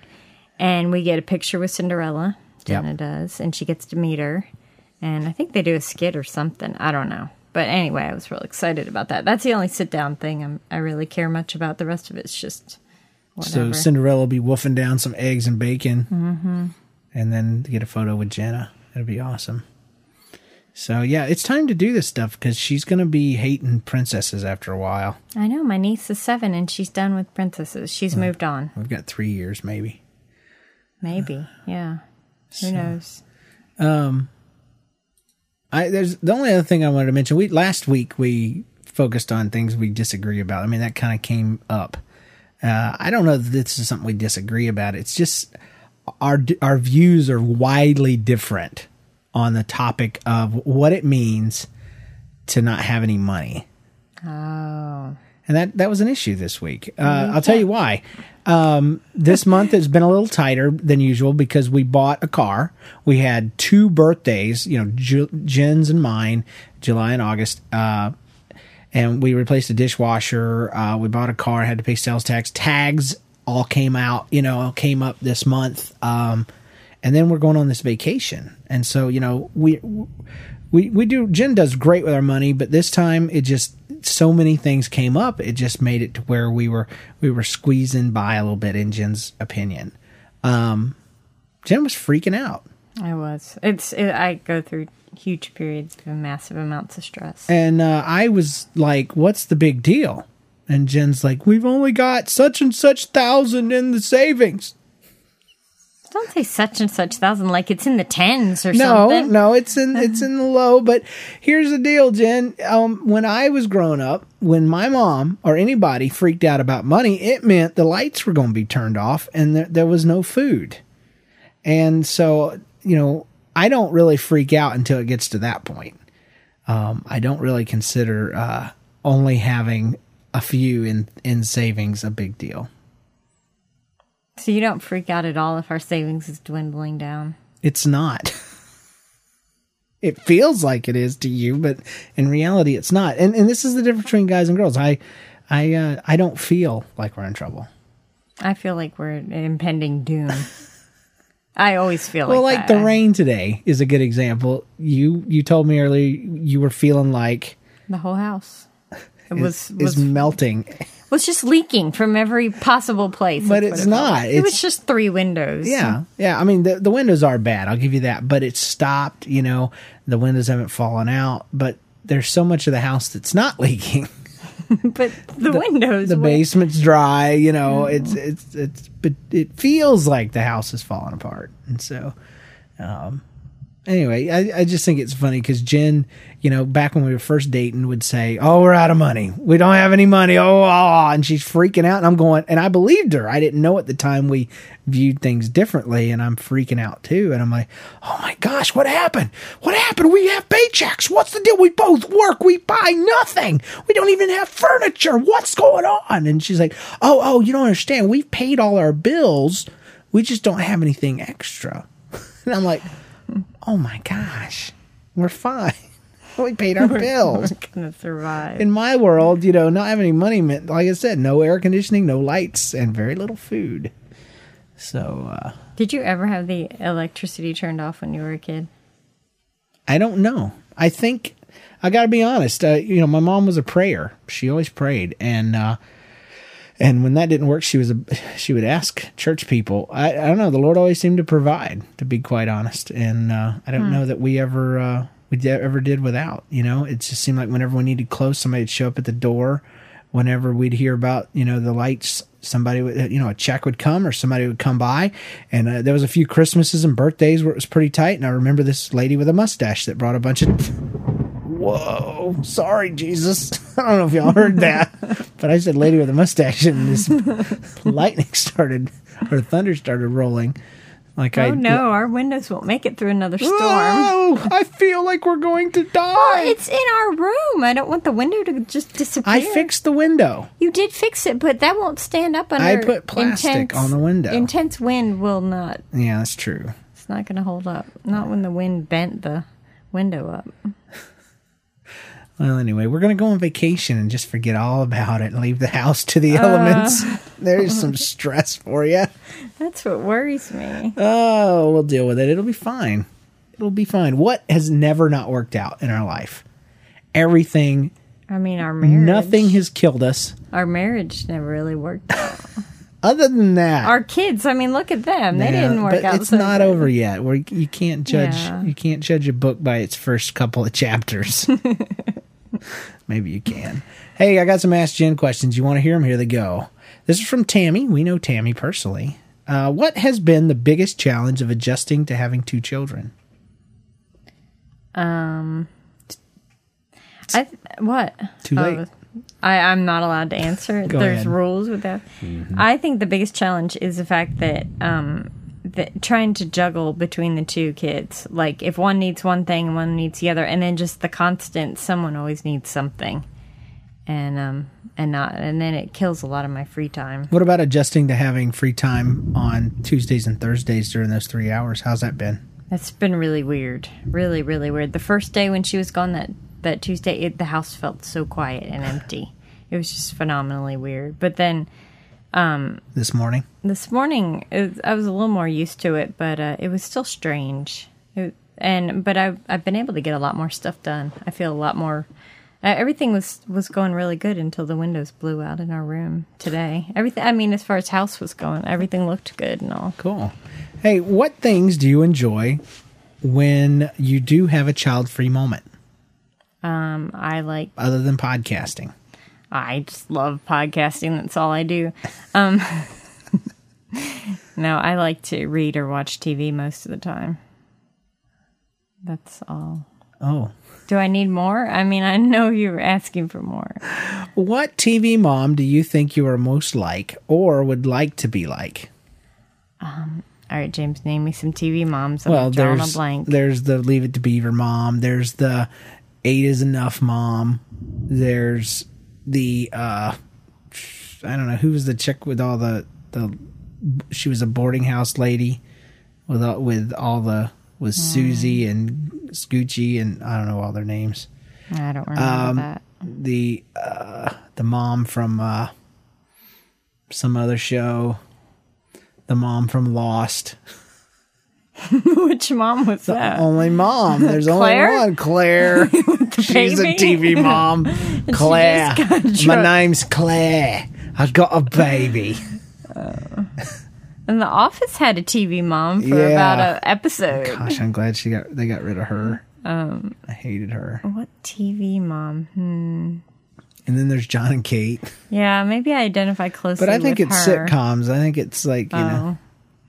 B: And we get a picture with Cinderella. Jenna
A: Yep.
B: does, and she gets to meet her. And I think they do a skit or something. I don't know. But anyway, I was real excited about that. That's the only sit down thing I'm, I really care much about. The rest of it's just
A: So
B: whatever.
A: Cinderella will be woofing down some eggs and bacon, mm-hmm. and then get a photo with Jenna. It'd be awesome. So yeah, it's time to do this stuff because she's gonna be hating princesses after a while.
B: I know my niece is seven and she's done with princesses. She's moved on.
A: We've got three years maybe.
B: Maybe. Yeah. Who knows?
A: I there's the only other thing I wanted to mention. We last week we focused on things we disagree about. I mean that kind of came up. Uh, I don't know that this is something we disagree about. It's just our our views are widely different on the topic of what it means to not have any money.
B: Oh.
A: And that, that was an issue this week. Uh, I'll tell you why. Um, this month has been a little tighter than usual because we bought a car. We had two birthdays, you know, Ju- Jen's and mine, July and August. Uh, and we replaced the dishwasher. Uh, we bought a car, had to pay sales tax. Tags all came out, you know, came up this month. Um, and then we're going on this vacation, and so you know we we we do. Jen does great with our money, but this time it just so many things came up. It just made it to where we were we were squeezing by a little bit in Jen's opinion. Um, Jen was freaking out.
B: I was. It's. It, I go through huge periods of massive amounts of stress.
A: And uh, I was like, "What's the big deal?" And Jen's like, "We've only got such and such thousand in the savings."
B: Don't say such and such thousand like it's in the tens or
A: No,
B: something. Uh-huh.
A: no, it's in it's in the low. But here's the deal, Jen. Um, when I was growing up, when my mom or anybody freaked out about money, it meant the lights were going to be turned off and there, there was no food. And so, you know, I don't really freak out until it gets to that point. Um, I don't really consider uh, only having a few in in savings a big deal.
B: So you don't freak out at all if our savings is dwindling down.
A: it's not. [LAUGHS] it feels like it is to you, but in reality, it's not. And and this is the difference between guys and girls. I I uh, I don't feel like we're in trouble.
B: I feel like we're in impending doom. I always feel
A: Well,
B: like
A: like
B: that.
A: the rain today is a good example. You you told me earlier you were feeling like
B: The whole house. It
A: it's
B: was
A: is
B: was, [LAUGHS]
A: melting.
B: was just leaking from every possible place.
A: But
B: That's
A: it's
B: what it felt
A: not.
B: like. It
A: It's-
B: was just three windows.
A: Yeah, yeah. I mean, the the windows are bad. I'll give you that. But it's stopped. You know, the windows haven't fallen out. But there's so much of the house that's not [LAUGHS] leaking.
B: [LAUGHS] But the, windows.
A: the
B: were- [LAUGHS]
A: basement's dry. You know, it's it's it's. But it feels like the house is falling apart. And so, um, anyway, I I just think it's funny because Jen, you know, back when we were first dating, would say, "Oh, we're out of money. We don't have any money. Oh, ah," and she's freaking out. And I'm going, and I believed her. I didn't know at the time we viewed things differently, and I'm freaking out too. And I'm like, "Oh my gosh, what happened? What happened? We have paychecks. What's the deal? We both work. We buy nothing. We don't even have furniture. What's going on?" And she's like, "Oh, oh, you don't understand. We've paid all our bills. We just don't have anything extra." [LAUGHS] And I'm like, "Oh my gosh, we're fine. [LAUGHS] We paid our bills."
B: were gonna survive.
A: in my world, you know, not having any money meant, like I said, no air conditioning, no lights, and very little food. So uh,
B: Did you ever have the electricity turned off when you were a kid?
A: I don't know. I think I got to be honest. Uh, you know, my mom was a prayer. She always prayed, and uh, and when that didn't work, she was a [SIGHS] she would ask church people. I, I don't know. The Lord always seemed to provide, to be quite honest. And uh, I don't know that we ever uh, we de- ever did without. You know, it just seemed like whenever we needed clothes, somebody would show up at the door. Whenever we'd hear about you know the lights, somebody would you know a check would come or somebody would come by, and uh, there was a few Christmases and birthdays where it was pretty tight. And I remember this lady with a mustache that brought a bunch of whoa sorry jesus [LAUGHS] i don't know if y'all heard
B: [LAUGHS]
A: that but i said lady with a mustache and this lightning started or thunder started rolling like i
B: oh no, our windows won't make it through another storm. Oh,
A: Whoa, i feel like we're going to die
B: It's in our room. I don't want the window to just disappear.
A: i fixed the window
B: You did fix it, but that won't stand up under.
A: I put plastic
B: intense-
A: on the window.
B: Intense wind will not.
A: yeah that's true
B: It's not going to hold up. Not when the wind bent the window up.
A: well anyway we're going to go on vacation and just forget all about it and leave the house to
B: Uh.
A: the
B: [LAUGHS]
A: elements there's some stress for you
B: That's what worries me.
A: Oh, we'll deal with it. It'll be fine. It'll be fine. What has never not worked out in our life? Everything.
B: I mean, our marriage.
A: Nothing has killed us.
B: Our marriage never really worked. out.
A: Other than that,
B: our kids. I mean, look at them. They
A: Yeah,
B: didn't work
A: but
B: out.
A: It's
B: so
A: not
B: good.
A: over yet. We're, you can't judge.
B: Yeah.
A: You can't judge a book by its first couple of
B: [LAUGHS]
A: chapters. Maybe you can. Hey, I got some Ask Jen questions. You want to hear them? Here they go. This is from Tammy. We know Tammy personally. Uh, what has been the biggest challenge of adjusting to having two children?
B: I, what?
A: Too
B: Oh,
A: late.
B: I, I'm not allowed to answer.
A: Go
B: There's
A: ahead. Mm-hmm.
B: rules with that. I think the biggest challenge is the fact that um, that trying to juggle between the two kids, like if one needs one thing and one needs the other, and then just the constant someone always needs something, and um and not and then it kills a lot of my free time.
A: What about adjusting to having free time on Tuesdays and Thursdays during those three hours? How's that been?
B: That's been really weird. Really, really weird. The first day when she was gone that that Tuesday, it, the house felt so quiet and empty. It was just phenomenally weird. But then
A: This morning,
B: this morning, it, I was a little more used to it, but uh, it was still strange. It, and but I've I've been able to get a lot more stuff done. I feel a lot more. Uh, everything was was going really good until the windows blew out in our room today. Everything. I mean, as far as house was going, everything looked good and all.
A: cool. Hey, what things do you enjoy when you do have a child-free moment,
B: Um, I like
A: other than podcasting?
B: I just love podcasting. That's all I do. Um, [LAUGHS] no, I like to read or watch TV most of the time. That's all.
A: Oh,
B: Do I need more? I mean, I know you were asking for more.
A: what TV mom do you think you are most like, or would like to be like?
B: All right, James, name me some TV moms. I'm
A: Well,
B: drawing a
A: there's
B: blank.
A: there's the Leave It to Beaver mom. There's the Eight is Enough mom. There's the uh I don't know who was the chick with all the the she was a boarding house lady. with all, with all the with
B: Hmm.
A: Susie and Scoochie and I don't know all their names.
B: I don't remember
A: um,
B: that. [LAUGHS]
A: The uh, the mom from uh, some other show, the mom from Lost.
B: Which mom was that? [LAUGHS]
A: Only mom. There's
B: Claire?
A: only one
B: [LAUGHS]
A: Claire. She's a
B: baby?
A: TV
B: [LAUGHS]
A: mom. Claire.
B: just got
A: My
B: drunk.
A: name's Claire. I got a baby.
B: And The Office had a TV mom for
A: Yeah.
B: about an episode.
A: Gosh, I'm glad she got they got rid of her.
B: Um,
A: I hated her.
B: What TV mom? Hmm.
A: And then there's John and Kate.
B: Yeah, maybe I identify closely.
A: But I think
B: with
A: it's
B: her.
A: sitcoms. I think it's like, you know.
B: Oh.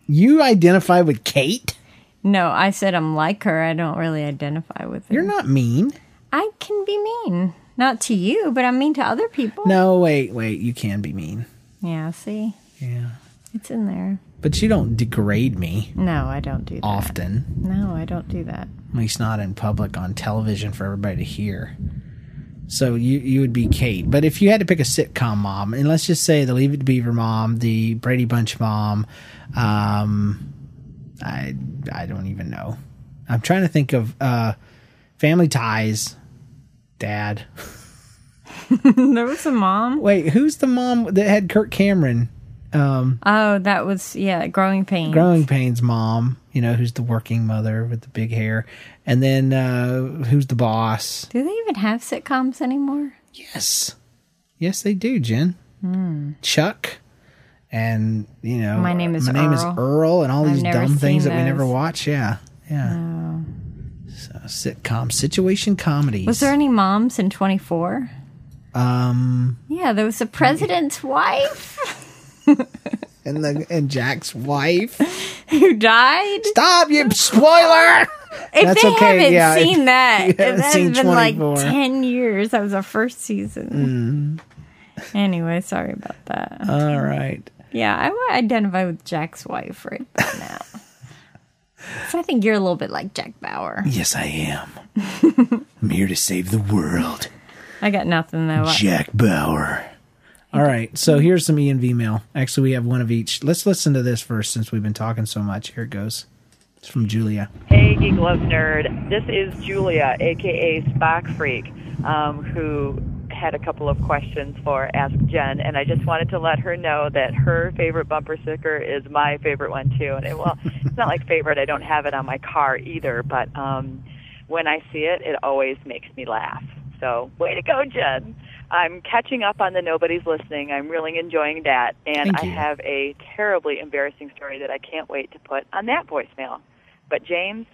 A: You identify with Kate?
B: No, I said I'm like her. I don't really identify with her.
A: You're not mean.
B: I can be mean, not to you, but I'm mean to other people.
A: No, wait, wait. You can be mean.
B: Yeah, see,
A: Yeah.
B: it's in there.
A: But you don't degrade me
B: No, I don't do that.
A: often,
B: No, I don't do that. [LAUGHS]
A: at least not in public on television for everybody to hear. So you you would be Kate. But if you had to pick a sitcom mom, and let's just say the Leave It to Beaver mom, the Brady Bunch mom, um, I I don't even know. I'm trying to think of uh, Family Ties, Dad.
B: there was a mom.
A: Wait, who's the mom that had Kirk Cameron? Um,
B: Oh, that was yeah, growing pains.
A: Growing Pains mom, you know, who's the working mother with the big hair, and then uh, who's the boss?
B: Do they even have sitcoms anymore?
A: Yes, yes, they do, Jen. Chuck, and you know,
B: Hmm. My Name is
A: my name is
B: Earl.
A: Earl, and all
B: I've
A: these
B: never
A: dumb things
B: seen
A: that we never
B: those. Oh.
A: watch. Yeah, yeah. So sitcom, situation comedies.
B: Was there any moms in 24?
A: um
B: Yeah, there was the president's wife [LAUGHS]
A: and the and Jack's wife?
B: who died.
A: Stop you
B: [LAUGHS]
A: spoiler.
B: If
A: That's
B: they
A: okay,
B: haven't
A: yeah, if
B: seen that,
A: [LAUGHS] you
B: if that
A: haven't
B: has
A: seen
B: been like
A: 24.
B: 10 years. That was our first season.
A: Mm-hmm.
B: Anyway, sorry about that.
A: All right.
B: yeah, I would identify with Jack's wife right about now. so I think you're a little bit like Jack Bauer.
A: Yes, I
B: [LAUGHS]
A: am. I'm here to save the world.
B: I got nothing, though. I-
A: Jack Bauer. All right, so here's some E and V mail. Actually, we have one of each. Let's listen to this first since we've been talking so much. Here it goes. It's from Julia.
D: Hey, Geek Love Nerd. This is Julia, aka Spock Freak, um, who had a couple of questions for Ask Jen, and I just wanted to let her know that her favorite bumper sticker is my favorite one too. And it, well, it's not like favorite; I don't have it on my car either. But um, when I see it, it always makes me laugh. So, way to go, Jen! I'm catching up on the nobody's listening. I'm really enjoying that, and
A: Thank
D: I
A: you.
D: have a terribly embarrassing story that I can't wait to put on that voicemail. But James,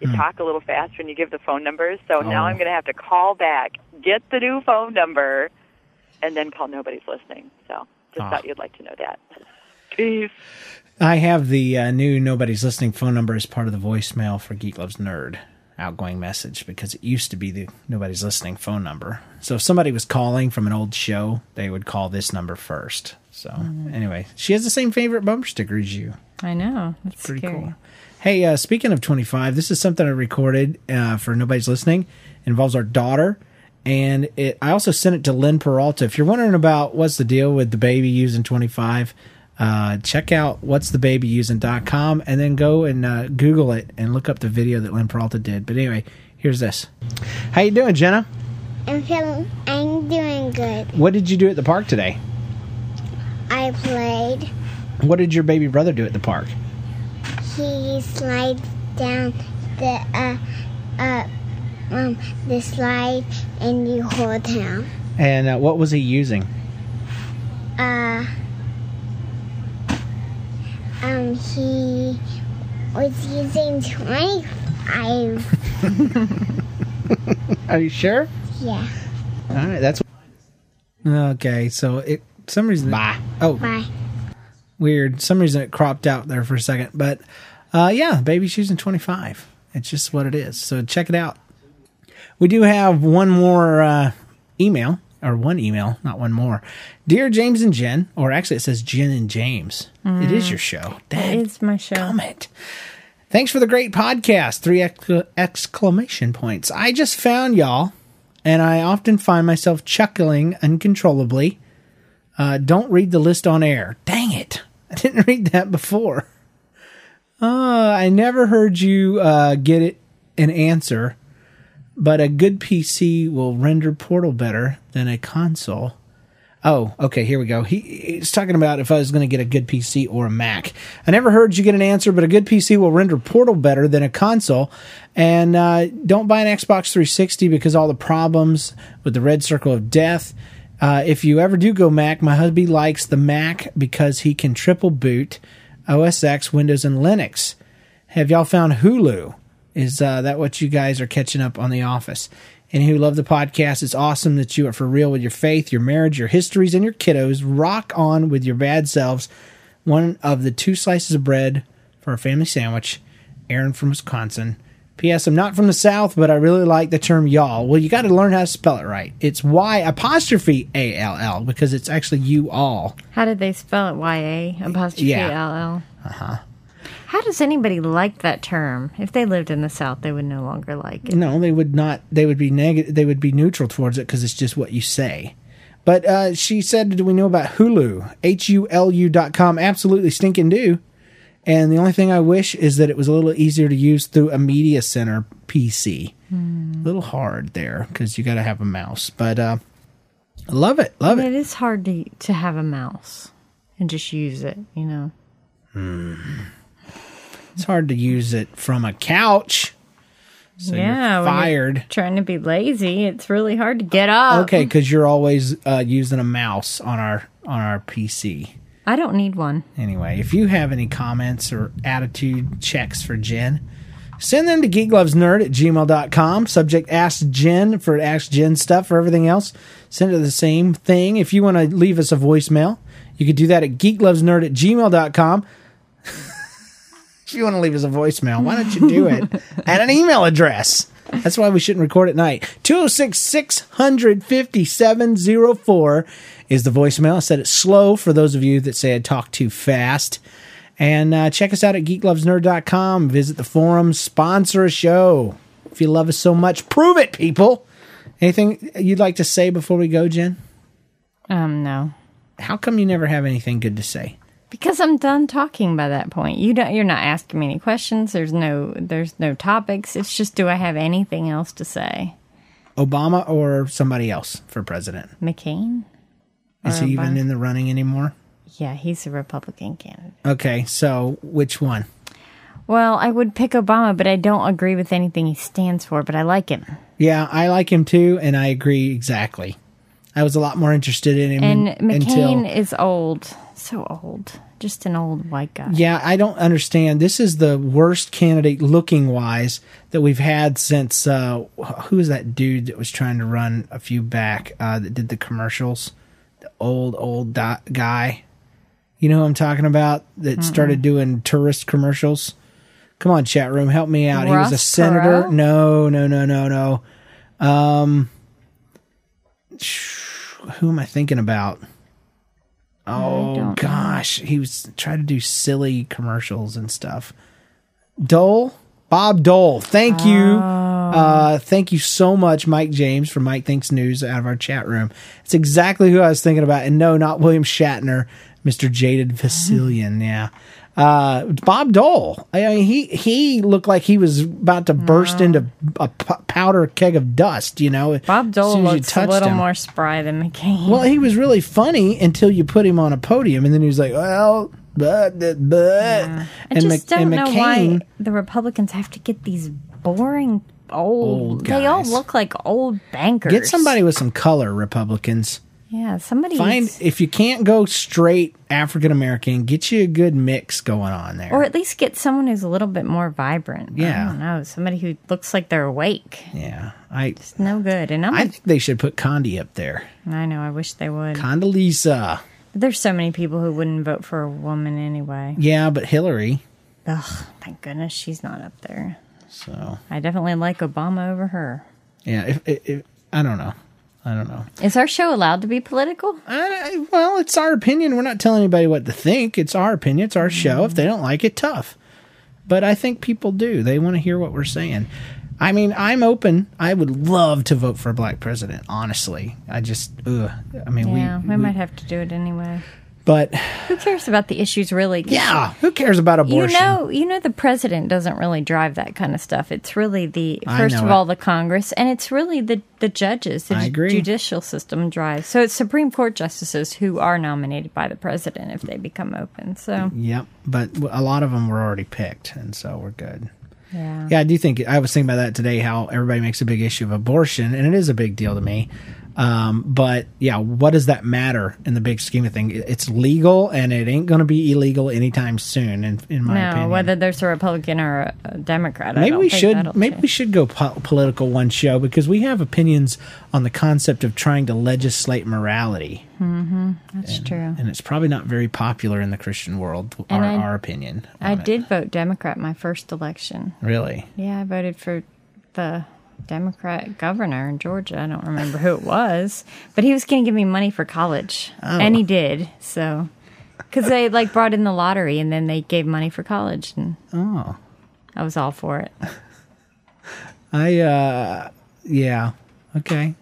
D: you talk a little faster and you give the phone numbers. So now
A: Hmm. Oh.
D: I'm going to have to call back, get the new phone number, and then call nobody's listening. So just
A: Ah.
D: thought you'd like to know that. [LAUGHS] Peace.
A: I have the uh, new nobody's listening phone number as part of the voicemail for Geek Loves Nerd outgoing message because it used to be the nobody's listening phone number. So if somebody was calling from an old show, they would call this number first. So anyway, she has the same favorite bumper sticker as you.
B: I know. That's
A: pretty
B: scary.
A: cool. Hey, uh, speaking of 25, this is something I recorded uh, for nobody's listening. It involves our daughter, and it. I also sent it to Lynn Peralta. If you're wondering about what's the deal with the baby using 25, uh, check out what's the baby using.com and then go and uh, Google it and look up the video that Lynn Peralta did. But anyway, here's this. How you doing, Jenna?
E: I'm feeling. I'm doing good.
A: What did you do at the park today?
E: I played.
A: What did your baby brother do at the park?
E: He slides down the uh uh um the slide and you hold him.
A: And uh, what was he using?
E: Uh um he was using twenty five.
A: Are you sure?
E: Yeah.
A: All right, that's okay. So it some reason. Bye. Oh,
E: Bye.
A: weird. Some reason it cropped out there for a second, but uh, yeah, baby shoes in twenty five. It's just what it is. So check it out. We do have one more uh, email, or one email, not one more. Dear James and Jen, or actually it says Jen and James. Mm. It is your show. Dad,
B: It's my show.
A: Damn it. Thanks for the great podcast. Three ex- exclamation points. I just found y'all, and I often find myself chuckling uncontrollably. [LAUGHS] Uh, don't read the list on air. Dang it. I didn't read that before. Uh, I never heard you uh, get it an answer, but a good PC will render Portal better than a console. Oh, okay, here we go. He, he's talking about if I was going to get a good PC or a Mac. I never heard you get an answer, but a good PC will render Portal better than a console. And uh, don't buy an Xbox 360 because all the problems with the red circle of death. Uh, if you ever do go Mac, my hubby likes the Mac because he can triple boot OS X, Windows, and Linux. Have y'all found Hulu? Is uh, that what you guys are catching up on The Office? And who love the podcast? It's awesome that you are for real with your faith, your marriage, your histories, and your kiddos. Rock on with your bad selves. One of the two slices of bread for a family sandwich. Aaron from Wisconsin. P.S. I'm not from the South, but I really like the term y'all. Well, you got to learn how to spell it right. It's Y apostrophe A L L because it's actually you all.
B: How did they spell it? Y A apostrophe
A: Yeah. Uh-huh.
B: L L. Uh huh. How does anybody like that term? If they lived in the South, they would no longer like it.
A: No, they would not. They would be negative. They would be neutral towards it because it's just what you say. But uh, she said, "Do we know about Hulu? H U L U dot com. Absolutely stinking do." And the only thing I wish is that it was a little easier to use through a media center PC.
B: Hmm.
A: A little hard there because you got to have a mouse. But uh, I love it, love it.
B: It is hard to to have a mouse and just use it. You know.
A: It's hard to use it from a couch. So
B: yeah.
A: you're
B: when you're
A: fired.
B: trying to be lazy, it's really hard to get up.
A: Okay, because you're always uh, using a mouse on our on our PC.
B: I don't need one.
A: Anyway, if you have any comments or attitude checks for Jen, send them to geeklovesnerd at gmail.com. Subject Ask Jen for Ask Jen stuff. For everything else, send it the same thing. If you want to leave us a voicemail, you could do that at geeklovesnerd at gmail.com. if you want to leave us a voicemail, why don't you do it at an email address? That's why we shouldn't record at night. 206 65704 is the voicemail. I said it slow for those of you that say I talk too fast. And uh, check us out at geeklovesnerd.com. Visit the forum, sponsor a show. If you love us so much, prove it, people. Anything you'd like to say before we go, Jen?
B: Um. No.
A: How come you never have anything good to say?
B: Because I'm done talking by that point. You don't. You're not asking me any questions. There's no. There's no topics. It's just, do I have anything else to say?
A: Obama or somebody else for president?
B: McCain.
A: Is he even in the running anymore?
B: Yeah, he's a Republican candidate.
A: Okay, so which one?
B: Well, I would pick Obama, but I don't agree with anything he stands for. But I like him.
A: Yeah, I like him too, and I agree exactly. I was a lot more interested in him
B: And
A: un-
B: McCain
A: until.
B: is old, so old, just an old white guy.
A: Yeah, I don't understand. This is the worst candidate looking wise that we've had since uh, who was that dude that was trying to run a few back uh, that did the commercials? The old old do- guy. You know who I'm talking about that started doing tourist commercials? Come on, chat room, help me out. he was a
B: Ross
A: senator.
B: Perot?
A: No, no, no, no, no. Um, who am I thinking about? Oh
B: don't
A: gosh, he was trying to do silly commercials and stuff. Dole, Bob Dole. Thank you,
B: Oh.
A: uh, thank you so much, Mike James from Mike Thinks News out of our chat room. It's exactly who I was thinking about, and no, not William Shatner, Mister Jaded
B: [LAUGHS]
A: Vasilian. Yeah, uh, Bob Dole. I mean, he he looked like he was about to burst into a p- powder keg of dust. You know,
B: Bob
A: as soon
B: Dole
A: as you
B: looks a
A: touched
B: little
A: him.
B: more spry than McCain.
A: Well, he was really funny until you put him on a podium, and then he was like, "Well, but, but."
B: [LAUGHS] I
A: and
B: just
A: Mc-
B: don't
A: and
B: know
A: McCain-
B: why the Republicans have to get these boring old.
A: Old
B: they all
A: guys.
B: look like old bankers.
A: Get somebody with some color, Republicans.
B: Yeah, somebody
A: Find if you can't go straight African American, get you a good mix going on there.
B: or at least get someone who's a little bit more vibrant.
A: Yeah.
B: I don't know. Somebody who looks like they're awake.
A: yeah, I
B: It's no good. And I'm.
A: I
B: I,
A: think they should put Condi up there.
B: I know. I wish they would.
A: Condoleezza,
B: But there's so many people who wouldn't vote for a woman anyway.
A: yeah, but Hillary.
B: Ugh, thank goodness she's not up there.
A: So
B: I definitely like Obama over her.
A: yeah, if, if, if I don't know, I don't know.
B: Is our show allowed to be political?
A: I, I- well, it's our opinion. We're not telling anybody what to think. It's our opinion. It's our show. If they don't like it, tough. But I think people do. They want to hear what we're saying. I mean, I'm open. I would love to vote for a black president. Honestly, I just, ugh. I mean,
B: Yeah,
A: we,
B: we, might have to do it anyway.
A: But
B: Who cares about the issues really? 'Cause
A: yeah, who cares about
B: You
A: abortion?
B: know, you know, the president doesn't really drive that kind of stuff. It's really the
A: I
B: first
A: know
B: of
A: it.
B: all the Congress, and it's really the the judges, the
A: I
B: ju-
A: agree.
B: judicial system drives. So it's Supreme Court justices who are nominated by the president if they become open. So
A: Yep, but w- a lot of them were already picked, and so we're good.
B: yeah,
A: Yeah, I do think I was thinking about that today. How everybody makes a big issue of abortion, and it is a big deal to me. Um, but yeah, what does that matter in the big scheme of things? It- It's legal, and it ain't going to be illegal anytime soon. In, in my
B: no,
A: opinion,
B: whether there's a Republican or a- a Democrat, I
A: maybe
B: don't
A: we
B: think
A: should
B: that'll
A: maybe
B: change.
A: we should go po- political one show because we have opinions on the concept of trying to legislate morality,
B: That's true.
A: and it's probably not very popular in the Christian world. Our,
B: And I-
A: our opinion,
B: I
A: on it.
B: did vote Democrat my first election.
A: really.
B: Yeah, I voted for the Democrat governor in Georgia. I don't remember who it was, but he was going to give me money for college,
A: Oh.
B: and he did. So, because they like brought in the lottery, and then they gave money for college, and
A: Oh.
B: I was all for it.
A: I uh yeah. Okay.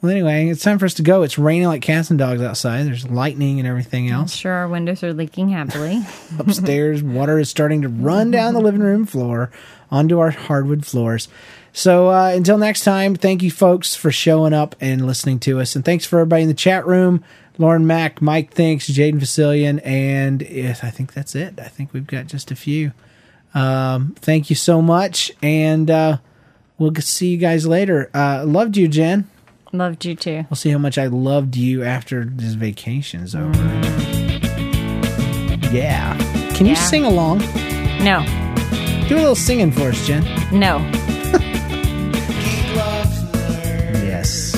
A: Well anyway, it's time for us to go. It's raining like cats and dogs outside. There's lightning and everything
B: I'm
A: else.
B: sure our windows are leaking happily.
A: [LAUGHS] Upstairs, water is starting to run down the living room floor onto our hardwood floors. So uh, until next time, thank you folks for showing up and listening to us. And thanks for everybody in the chat room. Lauren Mack, Mike thanks, Jaden Vasilian, and yes, I think that's it. I think we've got just a few. Um, thank you so much, and uh, we'll g- see you guys later. Uh, loved you, Jen.
B: Loved you too.
A: We'll see how much I loved you after this vacation's over. Yeah. Can you
B: Yeah.
A: sing along?
B: No,
A: Do a little singing for us, Jen.
B: no.
C: Geek love nerd.
A: Yes.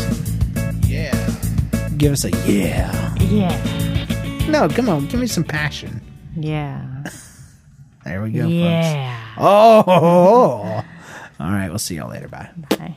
C: Yeah.
A: Give us a yeah.
B: Yeah.
A: No, come on. Give me some passion.
B: Yeah.
A: There we go, folks.
B: Yeah.
A: [LAUGHS] Oh. All right. We'll see y'all later. Bye.
B: Bye.